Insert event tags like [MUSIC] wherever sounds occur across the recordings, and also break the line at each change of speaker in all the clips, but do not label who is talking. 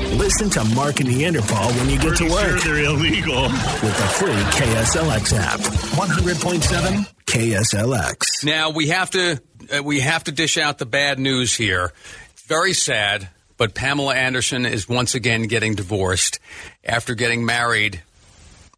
Listen to Mark and Neanderthal when you get
Pretty
to
sure
work
they're illegal.
with the free KSLX app. 100.7 KSLX.
Now we have to uh, we have to dish out the bad news here. Very sad, but Pamela Anderson is once again getting divorced after getting married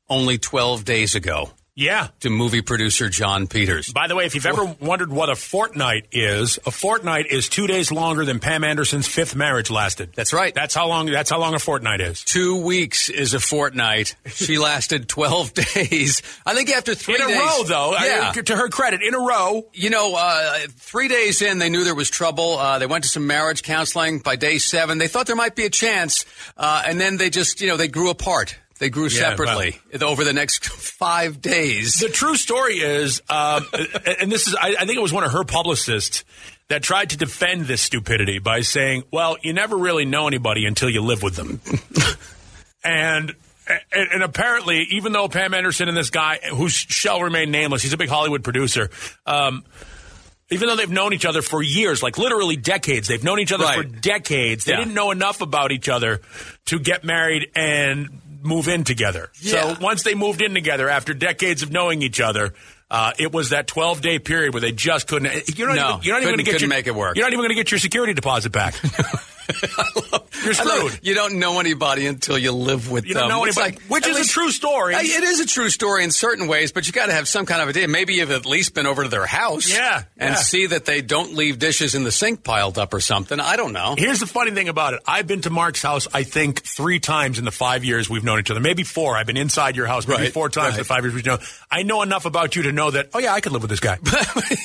only 12 days ago
Yeah.
to movie producer John Peters.
By the way, if you've ever
Oh.
wondered what a fortnight is, a fortnight is two days longer than Pam Anderson's fifth marriage lasted.
That's right.
That's how long. That's how long a fortnight is.
Two weeks is a fortnight. She lasted 12 [LAUGHS] days. I think after three
In a
days.
row, though. I-
Yeah.
to her credit, in a row.
you know, uh, three days in, they knew there was trouble. Uh, they went to some marriage counseling. By day seven, they thought there might be a chance, uh, and then they just, you know, they grew apart. They grew
Yeah,
separately over the next [LAUGHS] five days.
The true story is, um, [LAUGHS] and this is, I, I think it was one of her publicists that tried to defend this stupidity by saying, well, you never really know anybody until you live with them. [LAUGHS] and. And, and apparently, even though Pam Anderson and this guy, who shall remain nameless, he's a big Hollywood producer. Um, even though they've known each other for years, like literally decades, they've known each other
Right.
for decades. They
Yeah.
didn't know enough about each other to get married and move in together.
Yeah.
So once they moved in together after decades of knowing each other, uh, it was that 12 day period where they just couldn't. eh, You're not
No,
even, you're not even
couldn't-
going to get
couldn't
your,
make it work.
You're not even going to get your security
[LAUGHS]
deposit back. you're
I love-
screwed.
you don't know anybody until you live with
You
them.
don't know
It's
anybody,
like-
which
at
is a
least-
true story.
Uh, It is a true story in certain ways, but you got to have some kind of idea. Maybe you've at least been over to their house,
Yeah,
and
yeah.
see that they don't leave dishes in the sink piled up or something. I don't know.
Here's the funny thing about it. I've been to Mark's house, I think, three times in the five years we've known each other. Maybe four. I've been inside your house maybe
Right,
four times in
right.
the five years we've known. I know enough about you to know that, oh, yeah, I could live with
[LAUGHS]
this guy.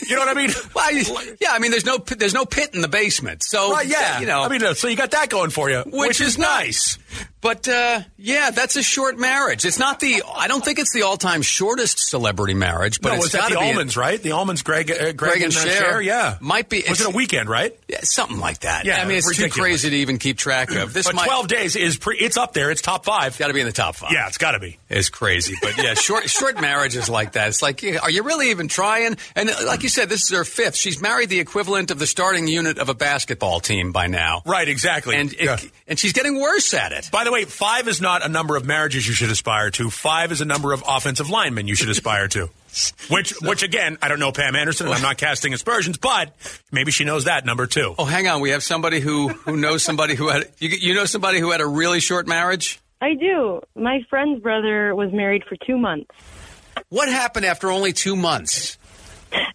you know what I mean?
Well, I- yeah, I mean, there's no p- there's no pit in the basement, so
Right, yeah.
Oh, you know,
I mean, uh, so you got that going for you,
which, is,
nice.
nice. But uh, yeah, that's a short marriage. It's not the I don't think it's the all time shortest celebrity marriage, but
no,
it's
was that
gotta
the
be in-
almonds, right? The almonds, Greg, uh, Greg,
Greg and
uh,
Cher.
Cher, yeah,
Might be-
Was
it's-
it a weekend, right?
Yeah, something like that.
Yeah,
I mean, it's too
ridiculous.
crazy to even keep track of. This
But
might
twelve days is pre- it's up there. It's top five.
got to be in the top five.
Yeah, it's got to be.
It's crazy, but yeah, short short marriages like that. It's like, yeah, are you really even trying? And uh, like you said, this is her fifth. She's married the equivalent of the starting unit of a basketball team by now,
Right, exactly.
And it,
Yeah.
and she's getting worse at it.
By the way, five is not a number of marriages you should aspire to. Five is a number of offensive linemen you should
[LAUGHS]
aspire to. Which, which again, I don't know Pam Anderson, and I'm not casting aspersions, but maybe she knows that number too.
Oh, hang on. We have somebody who, who knows somebody who had you, you know somebody who had a really short marriage.
I do. My friend's brother was married for two months.
What happened after only two months?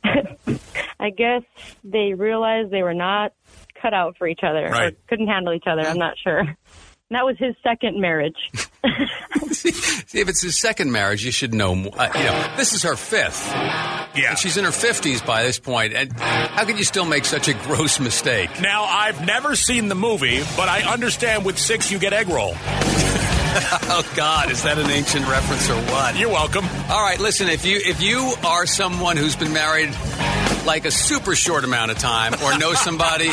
I guess they realized they were not cut out for each other
Right.
or couldn't handle each other. I'm not sure. [LAUGHS] And that was his second marriage.
See, see, [LAUGHS] if it's his second marriage, you should know. More. Uh, you know, this is her fifth.
Yeah.
And she's in her fifties by this point. And how could you still make such a gross mistake?
Now, I've never seen the movie, but I understand with six you get egg roll.
Oh God, is that an ancient reference or what?
You're welcome.
All right, listen. If you if you are someone who's been married like a super short amount of time, or know [LAUGHS] somebody,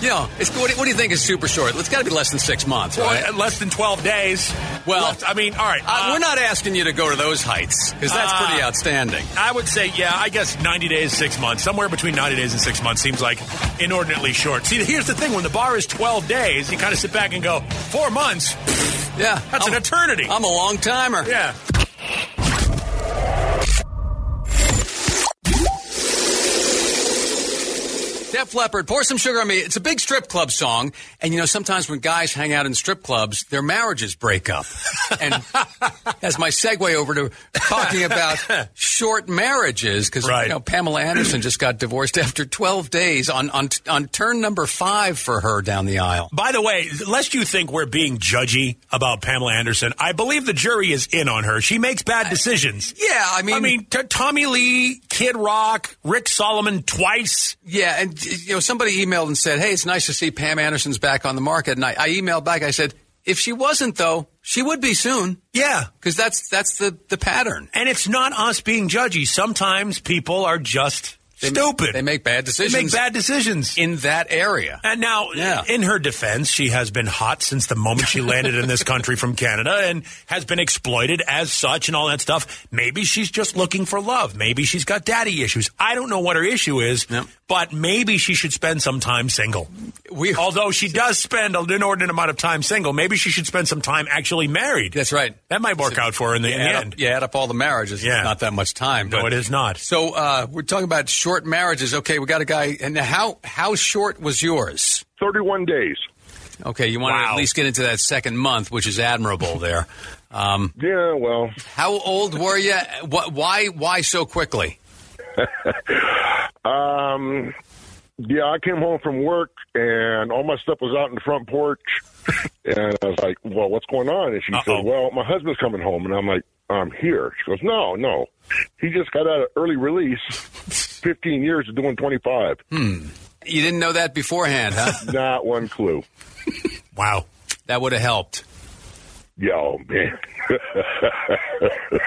you know, it's what do, you- what do you think is super short? It's got to be less than six months, right?
Well, less than 12 days.
Well-
Less- I mean, all right.
Uh,
uh,
we're not asking you to go to those heights because that's
Uh,
pretty outstanding.
I would say, yeah, I guess 90 days, six months. Somewhere between 90 days and six months seems like inordinately short. See, here's the thing when the bar is 12 days, you kind of sit back and go, four months?
Yeah,
That's an
I'm-
eternity.
I'm a long timer.
yeah.
Def Leppard, pour some sugar on me. It's a big strip club song, and you know sometimes when guys hang out in strip clubs, their marriages break up. And that's my segue over to talking about short marriages because you
Right.
know Pamela Anderson just got divorced after 12 days on on on turn number five for her down the aisle.
By the way, lest you think we're being judgy about Pamela Anderson, I believe the jury is in on her. She makes bad decisions.
Yeah, I mean,
I mean, t- Tommy Lee, Kid Rock, Rick Solomon twice.
Yeah, and you know, somebody emailed and said, "Hey, it's nice to see Pam Anderson's back on the market." And I, I emailed back. I said, "If she wasn't, though, she would be soon,
Yeah.
because that's that's the the pattern."
And it's not us being judgy. Sometimes people are just Stupid.
They make bad
They
decisions.
make bad decisions.
in that area.
And Uh, now,
Yeah.
in her defense, she has been hot since the moment she landed in this country from Canada and has been exploited as such and all that stuff. Maybe she's just looking for love. Maybe she's got daddy issues. I don't know what her issue is,
Yep.
but maybe she should spend some time single.
We-
Although she does spend an inordinate amount of time single, maybe she should spend some time actually married.
That's right.
That might work out for her in the, in
You
the
add,
end.
up, you add up all the marriages.
Yeah.
It's not that much time.
No,
but-
it is not.
So uh, we're talking about short marriages. Okay, we got a guy. And how how short was yours?
31 days.
Okay, you want to
Wow.
at least get into that second month, which is admirable. There. Um,
Yeah, well,
how old were you? What? Why? Why so quickly?
um, yeah, I came home from work and all my stuff was out in the front porch. [LAUGHS] and I was like, well, what's going on? And she
Uh-oh.
said, well, my husband's coming home. And I'm like, I'm here. She goes, no, no. He just got out of early release, 15 years of doing 25.
You didn't know that beforehand, [LAUGHS] huh?
Not one clue.
Wow.
that would have helped.
Yeah, oh, man. [LAUGHS]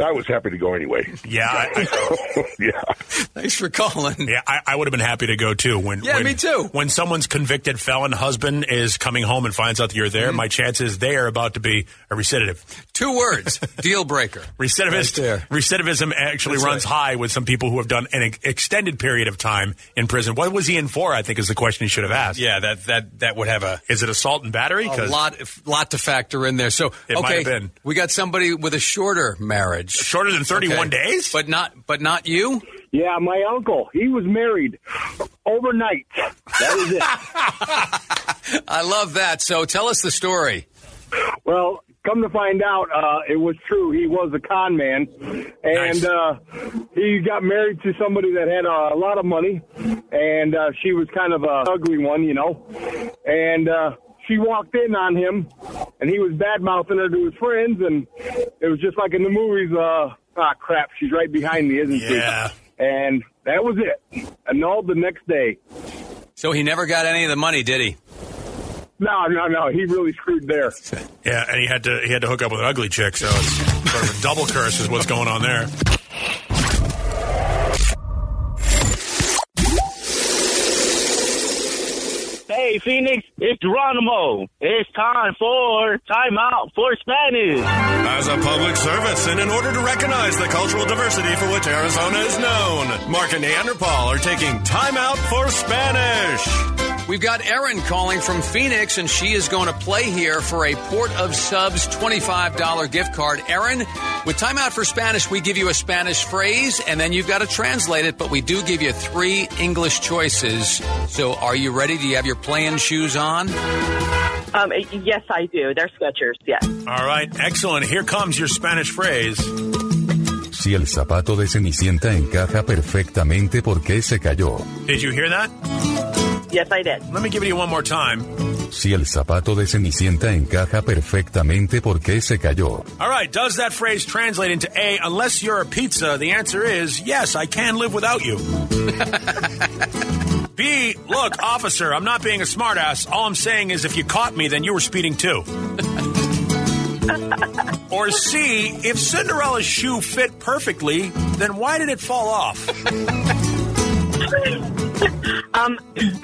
I was happy to go anyway. [LAUGHS]
Yeah. I, I,
yeah.
Thanks for calling.
Yeah, I, I would have been happy to go too. When
Yeah,
when-
me too.
When someone's convicted felon husband is coming home and finds out that you're
Mm-hmm.
there, my chance is they are about to be a recidive.
[LAUGHS] Two words: deal breaker.
Recidivist.
Right there.
Recidivism actually
That's
runs
right.
high with some people who have done an ex- extended period of time in prison. What was he in for? I think is the question he should have asked.
Yeah, that that that would have a
Is it assault and battery?
a
'Cause
lot lot to factor in there. So
It
okay,
might have been.
we got somebody with a shorter marriage,
shorter than 31
Okay.
days.
but not but not you.
Yeah, my uncle. He was married overnight. That was it.
I love that. So tell us the story.
well, come to find out, uh, it was true. He was a con man, and
Nice.
uh, he got married to somebody that had a lot of money, and uh, she was kind of a ugly one, you know, and. Uh, she walked in on him, and he was bad mouthing her to his friends, and it was just like in the movies. Uh, ah, crap! She's right behind me, isn't she?
Yeah.
And that was it. Annulled the next day.
So he never got any of the money, did he?
No, no, no. He really screwed there.
yeah, and he had to he had to hook up with an ugly chick. So it's sort of a double curse is what's going on there.
Hey, Phoenix, it's Geronimo. It's time for timeout for Spanish.
As a public service, and in order to recognize the cultural diversity for which Arizona is known, Mark and Neanderthal are taking time out for Spanish.
We've got Erin calling from Phoenix, and she is going to play here for a Port of Subs $25 gift card. Erin, with Time Out for Spanish, we give you a Spanish phrase, and then you've got to translate it, but we do give you three English choices. So are you ready? Do you have your playing shoes on?
Um, yes, I do. They're Skechers. Yes.
All right, excellent. Here comes your Spanish phrase.
Si el zapato de Cenicienta encaja perfectamente porque se cayó.
Did you hear that?
Yes, I did.
Let me give it to you one more time.
Si el zapato de Cenicienta encaja perfectamente porque se cayó.
All right, does that phrase translate into A, unless you're a pizza? The answer is yes, I can live
[LAUGHS]
without you. B, look, officer, I'm not being a smartass. All I'm saying is if you caught me, then you were
[LAUGHS]
speeding too. or C, if Cinderella's shoe fit perfectly, then why did it fall off?
Um,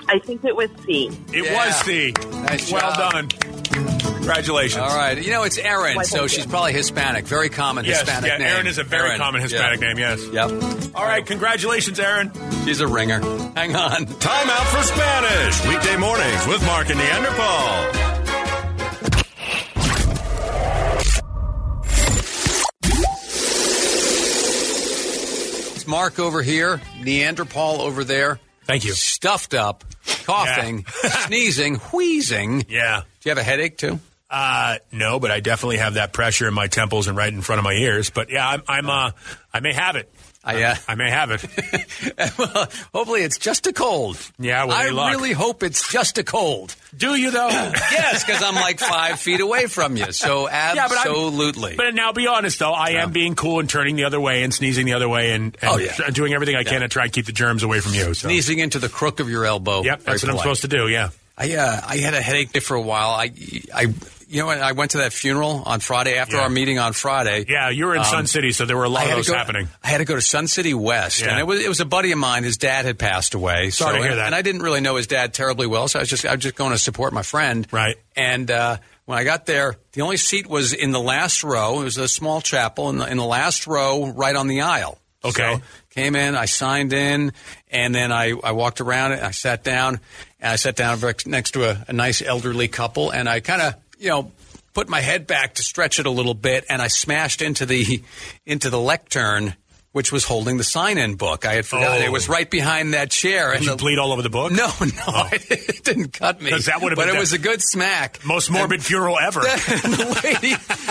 I think it was C.
It
Yeah.
was C.
Nice
well
job. Uh,
done. Congratulations.
All right. You know, it's Erin,
Why,
so
thank
she's
you.
probably Hispanic. Very common
Yes,
Hispanic
yeah,
name.
Aaron is a very
Erin.
common Hispanic name, yes.
Yeah. Yep.
All right, congratulations, Aaron.
She's a ringer. Hang on.
Time out for Spanish, weekday mornings with Mark and Neanderthal.
It's Mark over here, Neanderthal over there.
Thank you.
Stuffed up, coughing,
[LAUGHS]
sneezing, wheezing. Do
Yeah.
you have a headache too?
Uh, no, but I definitely have that pressure in my temples and right in front of my ears. But yeah, I'm, I'm uh, I may have it.
I, uh, [LAUGHS]
I may have it.
well, hopefully it's just a cold.
Yeah, with
I
any luck.
really hope it's just a cold.
Do you though? yeah,
[COUGHS] Yes, because I'm like five feet away from you.
[LAUGHS]
So
but I'm-
absolutely.
But now, be honest though, I am being cool and turning the other way and sneezing the other way and, and
Oh, yeah.
tr- doing everything I can to try and keep the germs away from you. So.
Sneezing into the crook of your elbow.
Yep, that's what I'm supposed to do. Yeah.
I uh, I had a headache for a while. I I you know, what? I went to that funeral on Friday after our meeting on Friday.
Yeah, you were in Sun City, so there were a lot
Um, I
of
had to
those
go-
happening.
I had to go to Sun City West,
Yeah.
and it was it was a buddy of mine. His dad had passed away.
Sorry
so,
to hear that.
And I didn't really know his dad terribly well, so I was just I was just going to support my friend. Right. And uh, when I got there, the only seat was in the last row. It was a small chapel in the, in the last row, right on the aisle. Okay. came in, I signed in, and then I, I walked around and I sat down, and I sat down vex- next to a, a nice elderly couple, and I kind of you know put my head back to stretch it a little bit, and I smashed into the into the lectern. Which was holding the sign-in book? I had forgotten
Oh.
it was right behind that chair.
Did
and
you
the-
bleed all over the book?
No, [LAUGHS] no, it didn't cut me.
'Cause that would have
but
been
it
the
was a good smack.
Most morbid funeral ever.
[LAUGHS] the lady,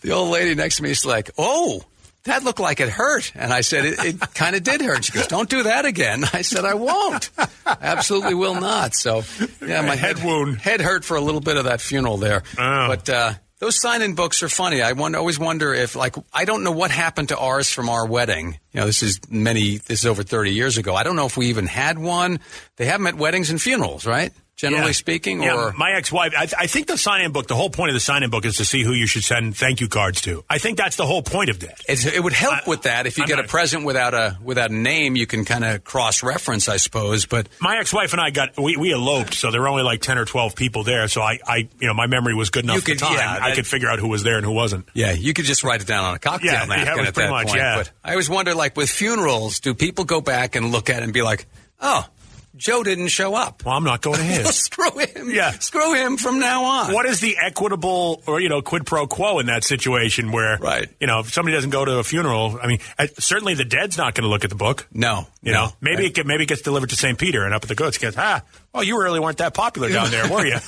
the old lady next to me is like, "Oh, that looked like it hurt," and I said, "It, it kind of did hurt." She goes, "Don't do that again." I said, "I won't. I Absolutely will not." So, yeah, my head, wound, head hurt for a little bit of that funeral there, but. uh those sign-in books are funny. I wonder, always wonder if, like, I don't know what happened to ours from our wedding. You know, this is many, this is over 30 years ago. I don't know if we even had one. They have them at weddings and funerals, right? Generally
Yeah.
speaking,
Yeah,
or
my ex-wife. I, I think the sign-in book. The whole point of the sign-in book is to see who you should send thank you cards to. I think that's the whole point of that.
It's, it would help with that if you get a present without a without a name. You can kind of cross reference, I suppose. But
My ex-wife and I got we, we eloped, so there were only like ten or twelve people there. So I, I you know, my memory was good enough
You
at the
could-
time.
yeah,
I
that-
could figure out who was there and who wasn't.
yeah, you could just write it down on a cocktail
Yeah, yeah,
napkin
it was
at
pretty
that
much,
point.
yeah.
But I always wonder, like with funerals, do people go back and look at it and be like, "Oh, Joe didn't show up.
Well, I'm not going to his.
[LAUGHS] screw him. Yeah, screw him from now on."
What is the equitable or you know quid pro quo in that situation where right. you know if somebody doesn't go to a funeral? I mean, I, certainly the dead's not going to look at the book.
No,
you know maybe it get, maybe it gets delivered to St. Peter and up at the goats gets ah well you really weren't that popular down there
[LAUGHS]
were you?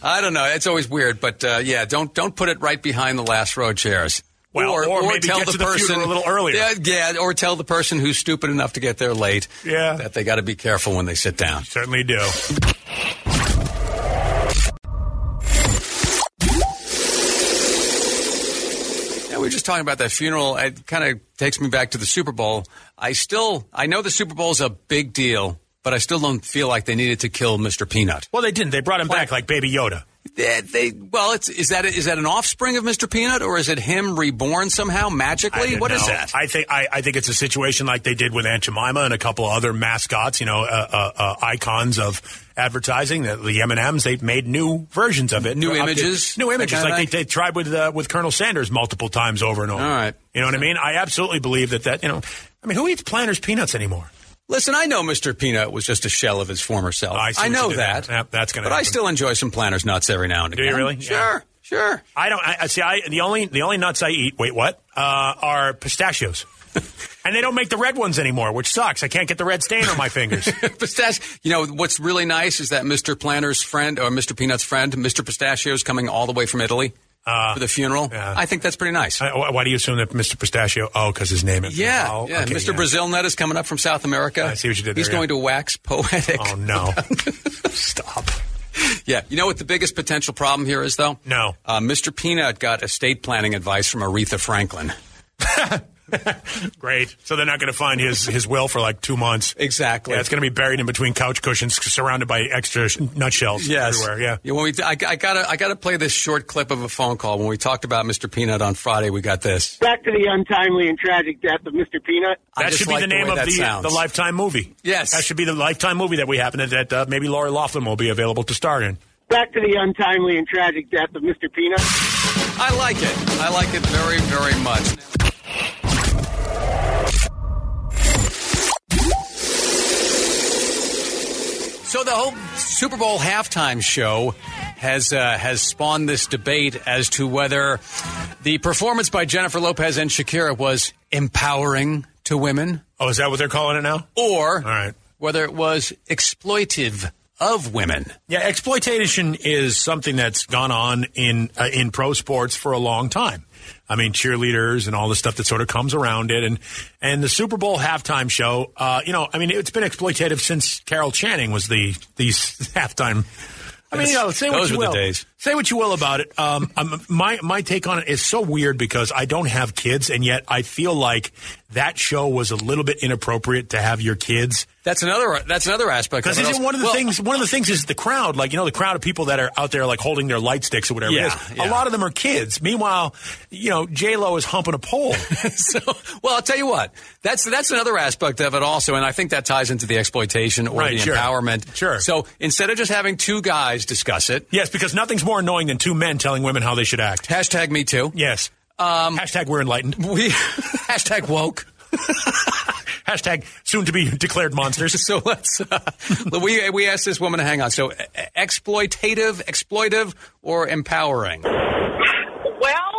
I don't know. It's always weird, but uh, yeah, don't don't put it right behind the last row chairs.
Well, or maybe get to the funeral a little earlier.
Yeah, yeah, or tell the person who's stupid enough to get there late.
Yeah.
that they got to be careful when they sit down.
Certainly do.
Yeah, we were just talking about that funeral. It kind of takes me back to the Super Bowl. I still, I know the Super Bowl is a big deal, but I still don't feel like they needed to kill Mr. Peanut.
Well, they didn't. They brought him back like Baby Yoda.
They, they- well, it's, is that is that an offspring of Mr. Peanut, or is it him reborn somehow magically? What is that?
I think I, I think it's a situation like they did with Aunt Jemima and a couple of other mascots, you know, uh, uh, uh, icons of advertising. The, the M and M's they made new versions of it,
New
Update-
images?
new
That
images.
kinda
Like they,
thing?
they tried with uh, with Colonel Sanders multiple times over and over.
All right.
you know what I mean? I absolutely believe that that you know, I mean, who eats Planters peanuts anymore?
Listen, I know Mr. Peanut was just a shell of his former self.
I see what you
know
did
that,
there. Yep, that's gonna
But I
happen.
still enjoy some planters nuts every now and
Do
again.
you really?
Sure. sure. [LAUGHS]
I don't. I, I see. I the only the only nuts I eat. Wait, what? Uh,
[LAUGHS]
are pistachios. And they don't make the red ones anymore, which sucks. I can't get the red stain on
[LAUGHS]
my fingers.
Pistachio. You know what's really nice is that Mr. Planner's friend or Mr. Peanut's friend, Mr. Pistachio, is coming all the way from Italy for the funeral. I think that's pretty nice.
Uh, wh- why do you assume that Mr. Pistachio? Oh, because his name is.
yeah,
Oh,
yeah.
okay,
Mr. Brazil Nut is coming up from South America.
I see what you did
He's
there, yeah.
going to wax poetic.
Oh no! Stop.
[LAUGHS] Yeah. You know what the biggest potential problem here is, though?
No.
Uh, Mr. Peanut got estate planning advice from Aretha Franklin.
Great. So they're not going to find his his will for like two months.
Exactly.
Yeah, it's going to be buried in between couch cushions, surrounded by extra sh- nutshells
Yes.
everywhere. Yeah.
Yeah, when we, I, I gotta, I gotta play this short clip of a phone call. When we talked about Mr. Peanut on Friday, we got this.
Back to the untimely and tragic death of Mr. Peanut.
I
That
just
should be
like
the
the
name
way
of
that
the uh,
sounds.
the lifetime movie.
Yes.
That should be the lifetime movie that we happen to that uh, maybe Laurie Laughlin will be available to star in.
Back to the untimely and tragic death of Mr. Peanut.
I like it. I like it very, very much. So the whole Super Bowl halftime show has uh, has spawned this debate as to whether the performance by Jennifer Lopez and Shakira was empowering to women
Oh, is that what they're calling it now?
or
All right.
whether it was exploitive of women.
Yeah, exploitation is something that's gone on in uh, in pro sports for a long time. I mean, cheerleaders and all the stuff that sort of comes around it, and and the Super Bowl halftime show. Uh, you know, I mean, it's been exploitative since Carol Channing was the the [LAUGHS] s- halftime. I mean, you know, say what
Those
you
were the
will.
days.
Say what you will about it. Um, um, my my take on it is so weird because I don't have kids, and yet I feel like that show was a little bit inappropriate to have your kids
That's another. That's another aspect.
Because
of it also-
isn't one of the
well,
things? [LAUGHS] One of the things is the crowd, like you know, the crowd of people that are out there, like holding their light sticks or whatever.
Yeah,
it is.
yeah.
A lot of them are kids. Meanwhile, you know, J Lo is humping a
[LAUGHS] [LAUGHS]
pole.
so, well, I'll tell you what. That's that's another aspect of it also, and I think that ties into the exploitation or
Right,
the
sure.
empowerment. Sure. So instead of just having two guys discuss it,
yes, because nothing's more annoying than two men telling women how they should act.
Hashtag me too.
Yes.
Um,
hashtag we're enlightened.
We [LAUGHS] hashtag woke.
hashtag soon to be
[LAUGHS]
declared monsters.
so let's uh, we we asked this woman to hang on. So e- exploitative, exploitive, or empowering?
Well,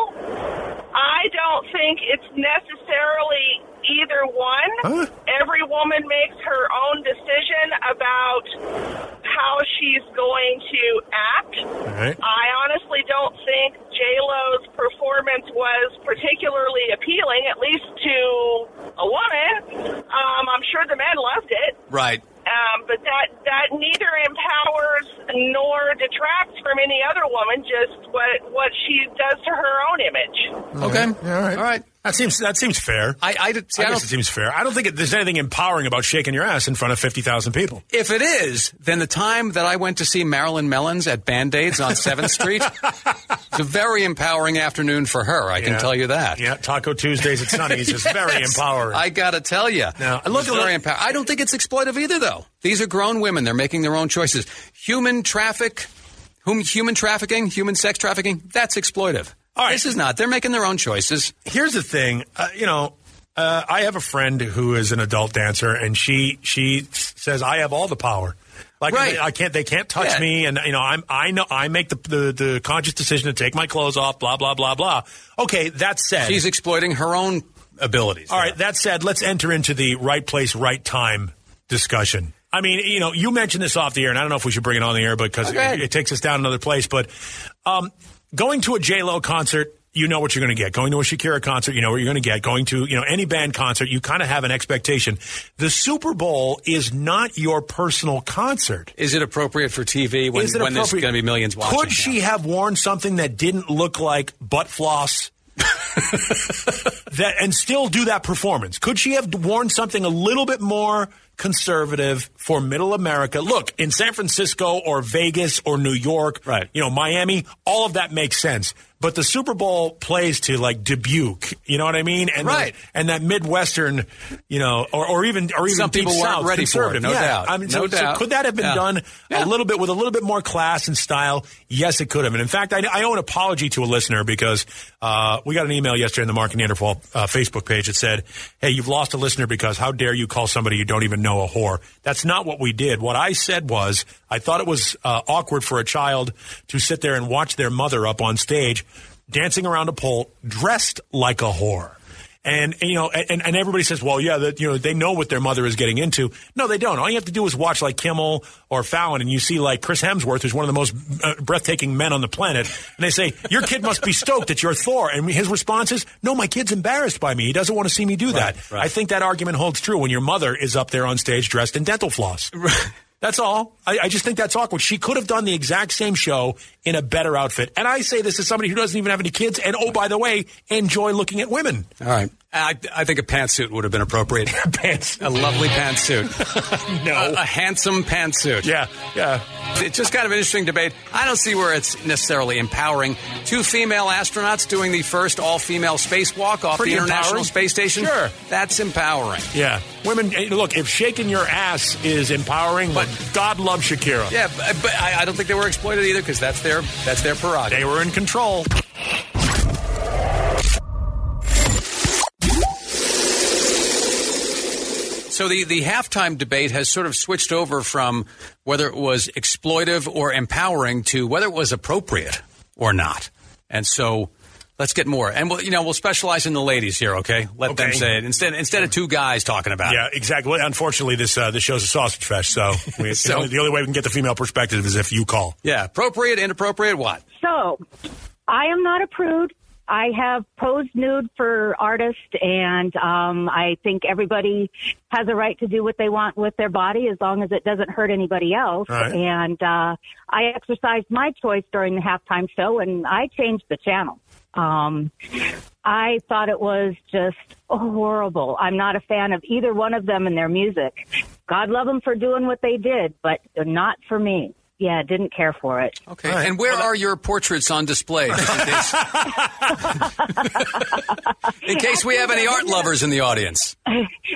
I don't think it's necessarily either one. Every woman makes her own decision about how she's going to act.
right.
I honestly don't think J Lo's performance was particularly appealing, at least to a woman. Um, I'm sure the men loved it.
Right.
Um, but that that neither empowers nor detracts from any other woman. Just what what she does to her own image.
Okay. all right. All right.
That seems that seems fair.
I I, did- see, I
guess
don't-
it seems fair. I don't think it, there's anything empowering about shaking your ass in front of fifty thousand people.
If it is, then the time that I went to see Marilyn Mellons at Band Aids on
[LAUGHS]
7th Street, it's a very empowering afternoon for her, I
Yeah.
can tell you that.
Yeah, Taco Tuesdays at Sonny's
[LAUGHS]
is very
Yes.
empowering.
I got to tell you.
No, I
I
look
look
at
very empower- I don't think it's exploitive either, though. These are grown women. They're making their own choices. Human traffic, whom, human trafficking, human sex trafficking, that's exploitive. All right. This is not. They're making their own choices.
Here's the thing, uh, you know, uh, I have a friend who is an adult dancer, and she she says I have all the power. Like
Right.
I can't, they can't touch
Yeah.
me, and you know, I'm I know I make the, the the conscious decision to take my clothes off. Blah blah blah blah. Okay, that said,
She's exploiting her own abilities.
All right, that said, let's enter into the right place, right time discussion. I mean, you know, you mentioned this off the air, and I don't know if we should bring it on the air because it, it takes us down another place. But um, going to a J Lo concert, you know what you're going to get. Going to a Shakira concert, you know what you're going to get. Going to you know any band concert, you kind of have an expectation. The Super Bowl is not your personal concert.
Is it appropriate for TV when,
Is it
when there's
appropriate?
going to be millions watching?
Could she have worn something that didn't look like
[LAUGHS]
butt floss? that and still do that performance. Could she have worn something a little bit more conservative for middle America? Look, in San Francisco or Vegas or New York, right. you know, Miami, all of that makes sense. But the Super Bowl plays to like Dubuque, you know what I mean? And
Right.
the- and that Midwestern, you know, or, or even or even
Some
deep
people weren't
South,
ready for it,
conservative.
no
yeah.
doubt.
I mean, so,
No
so
doubt.
could that have been
Yeah.
done a little bit with a little bit more class and style. Yes, it could have. And in fact, I, I owe an apology to a listener because uh, we got an email yesterday on the Mark and Neanderthal uh, Facebook page that said, "Hey, you've lost a listener because how dare you call somebody you don't even know a whore?" That's not what we did. What I said was, I thought it was uh, awkward for a child to sit there and watch their mother up on stage dancing around a pole dressed like a whore. And, and, you know, and, and everybody says, well, yeah, that you know, they know what their mother is getting into. No, they don't. All you have to do is watch like Kimmel or Fallon, and you see like Chris Hemsworth, who's one of the most uh, breathtaking men on the planet, and they say, your kid must be stoked that you're Thor, and his response is, no, my kid's embarrassed by me. He doesn't want to see me do that. I think that argument holds true when your mother is up there on stage dressed in dental floss. That's all. I, I just think that's awkward. She could have done the exact same show in a better outfit. And I say this as somebody who doesn't even have any kids. And oh, by the way, enjoy looking at women.
All right. I, I think a pantsuit would have been appropriate. [LAUGHS]
pants. [LAUGHS]
A lovely pantsuit.
no.
A, a handsome pantsuit.
Yeah, yeah.
It's just kind of an interesting debate. I don't see where it's necessarily empowering. Two female astronauts doing the first all female spacewalk off
Pretty
the International
empowering.
Space Station.
Sure.
That's empowering.
Yeah. Women, eh, look, if shaking your ass is empowering, but God love Shakira.
Yeah, but, but I, I don't think they were exploited either because that's their that's their prerogative.
They were in control.
So the, the halftime debate has sort of switched over from whether it was exploitive or empowering to whether it was appropriate or not. And so let's get more. And we'll, you know, we'll specialize in the ladies here, okay? Let them
Okay.
say it instead instead of two guys talking about it.
Yeah, exactly. Well, Unfortunately, this uh, this show's a sausage fest, so, [LAUGHS] we,
So-
the, only, the only way we can get the female perspective is if you call.
Yeah, appropriate, inappropriate, what?
So, I am not a prude. I have posed nude for artists, and um, I think everybody has a right to do what they want with their body as long as it doesn't hurt anybody else.
Right.
And uh, I exercised my choice during the halftime show, and I changed the channel. Um, I thought it was just horrible. I'm not a fan of either one of them and their music. God love them for doing what they did, but not for me. Yeah, didn't care for it.
Okay. And where are your portraits on
[LAUGHS]
display? Just in case, in case we have any art lovers in the audience.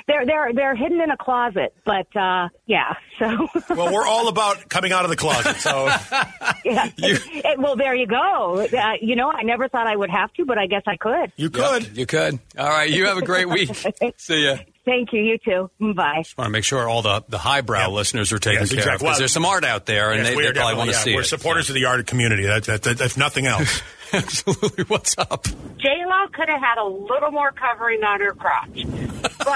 they're they're they're hidden in a closet, but uh, yeah. [LAUGHS] So
Well, we're all about coming out of the closet,
[LAUGHS]
so
yeah. [LAUGHS] It- well, there you go. Uh, you know, I never thought I would have to, but I guess I could.
you could.
You could. All right. You have a great week. See ya.
Thank you. You too. Bye.
want to make sure all the, the highbrow listeners are taken
Yes,
care of
exactly.
because there's some art out there and
Yes,
they,
we
they
are
probably want to
definitely,
see
yeah, We're
it.
supporters of the art community. That, that, that, if nothing else.
[LAUGHS] Absolutely. What's up?
J Lo could have had a little more covering on her crotch,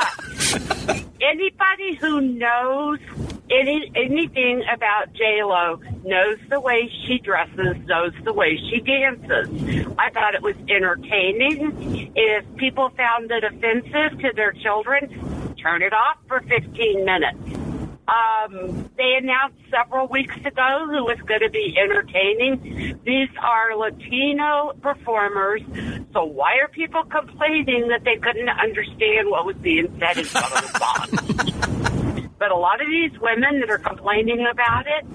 but anybody who knows any anything about J Lo knows the way she dresses, knows the way she dances. I thought it was entertaining. If people found it offensive to their children, turn it off for 15 minutes. Um, they announced several weeks ago who was going to be entertaining. These are Latino performers, so why are people complaining that they couldn't understand what was being said in front of the song? but a lot of these women that are complaining about it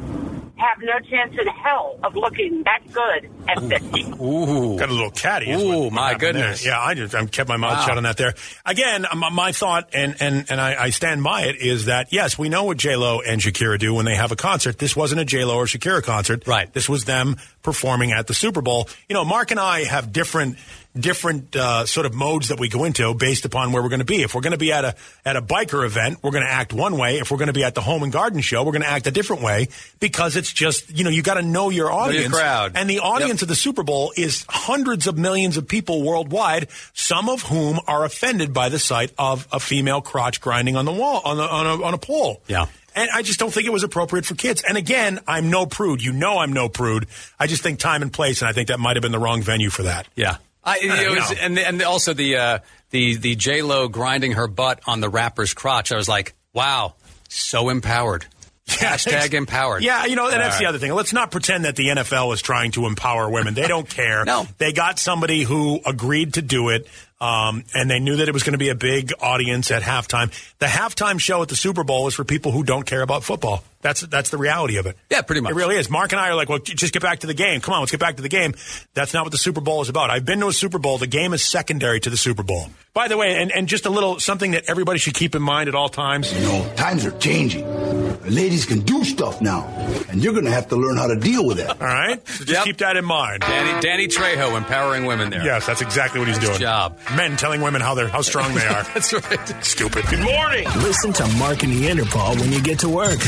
have no chance in hell of looking that good at 50.
Ooh. Got a little catty. Ooh, my goodness. Yeah, I just I kept my mouth
Wow.
shut on that there. Again, um, my thought, and, and, and I, I stand by it, is that yes, we know what J-Lo and Shakira do when they have a concert. This wasn't a J-Lo or Shakira concert. Right. This was them performing at the Super Bowl. You know, Mark and I have different different uh, sort of modes that we go into based upon where we're going to be. If we're going to be at a at a biker event, we're going to act one way. If we're going to be at the home and garden show, we're going to act a different way because it's just, you know, you got to know your
your
audience.
crowd.
And the audience of the Super Bowl is hundreds of millions of people worldwide, some of whom are offended by the sight of a female crotch grinding on the wall on, the, on, a, on a pole. Yeah. And I just don't think it was appropriate for kids. And again, I'm no prude. You know I'm no prude. I just think time and place, and I think that might have been the wrong venue for that.
Yeah. I,
I
it
don't
was,
know.
and and also the uh, the the J Lo grinding her butt on the rapper's crotch. I was like, wow, so
[LAUGHS]
empowered. Hashtag empowered.
Yeah, you know, and that's
All
the
right.
other thing. Let's not pretend that the NFL is trying to empower women. They don't care. [LAUGHS] no. They got somebody who agreed to do it, um, and they knew that it was going to be a big audience at halftime. The halftime show at the Super Bowl is for people who don't care about football. That's that's the reality of it. Yeah, pretty much. It really is. Mark and I are like, well, j- just get back to the game. Come on, let's get back to the game. That's not what the Super Bowl is about. I've been to a Super Bowl. The game is secondary to the Super Bowl. By the way, and, and just a little something that everybody should keep in mind at all times. [LAUGHS]
You know, times are changing. Ladies can do stuff now, and you're going to have to learn how to deal with that.
All right? So just keep that in mind.
Danny, Danny Trejo empowering women there.
Yes, that's exactly what he's doing. Job. Men telling women how they're how strong they are.
[LAUGHS] that's right.
Stupid.
morning. Listen to Mark and Neanderthal when you get to work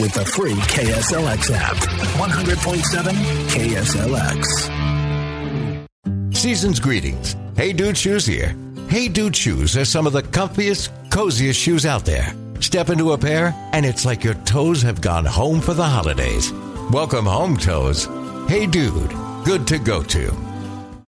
with the free KSLX app. 100.7 KSLX.
Season's greetings. Hey Dude Shoes here. Hey Dude Shoes are some of the comfiest, coziest shoes out there. Step into a pair, and it's like your toes have gone home for the holidays. Welcome home, toes. Hey Dude, good to go to.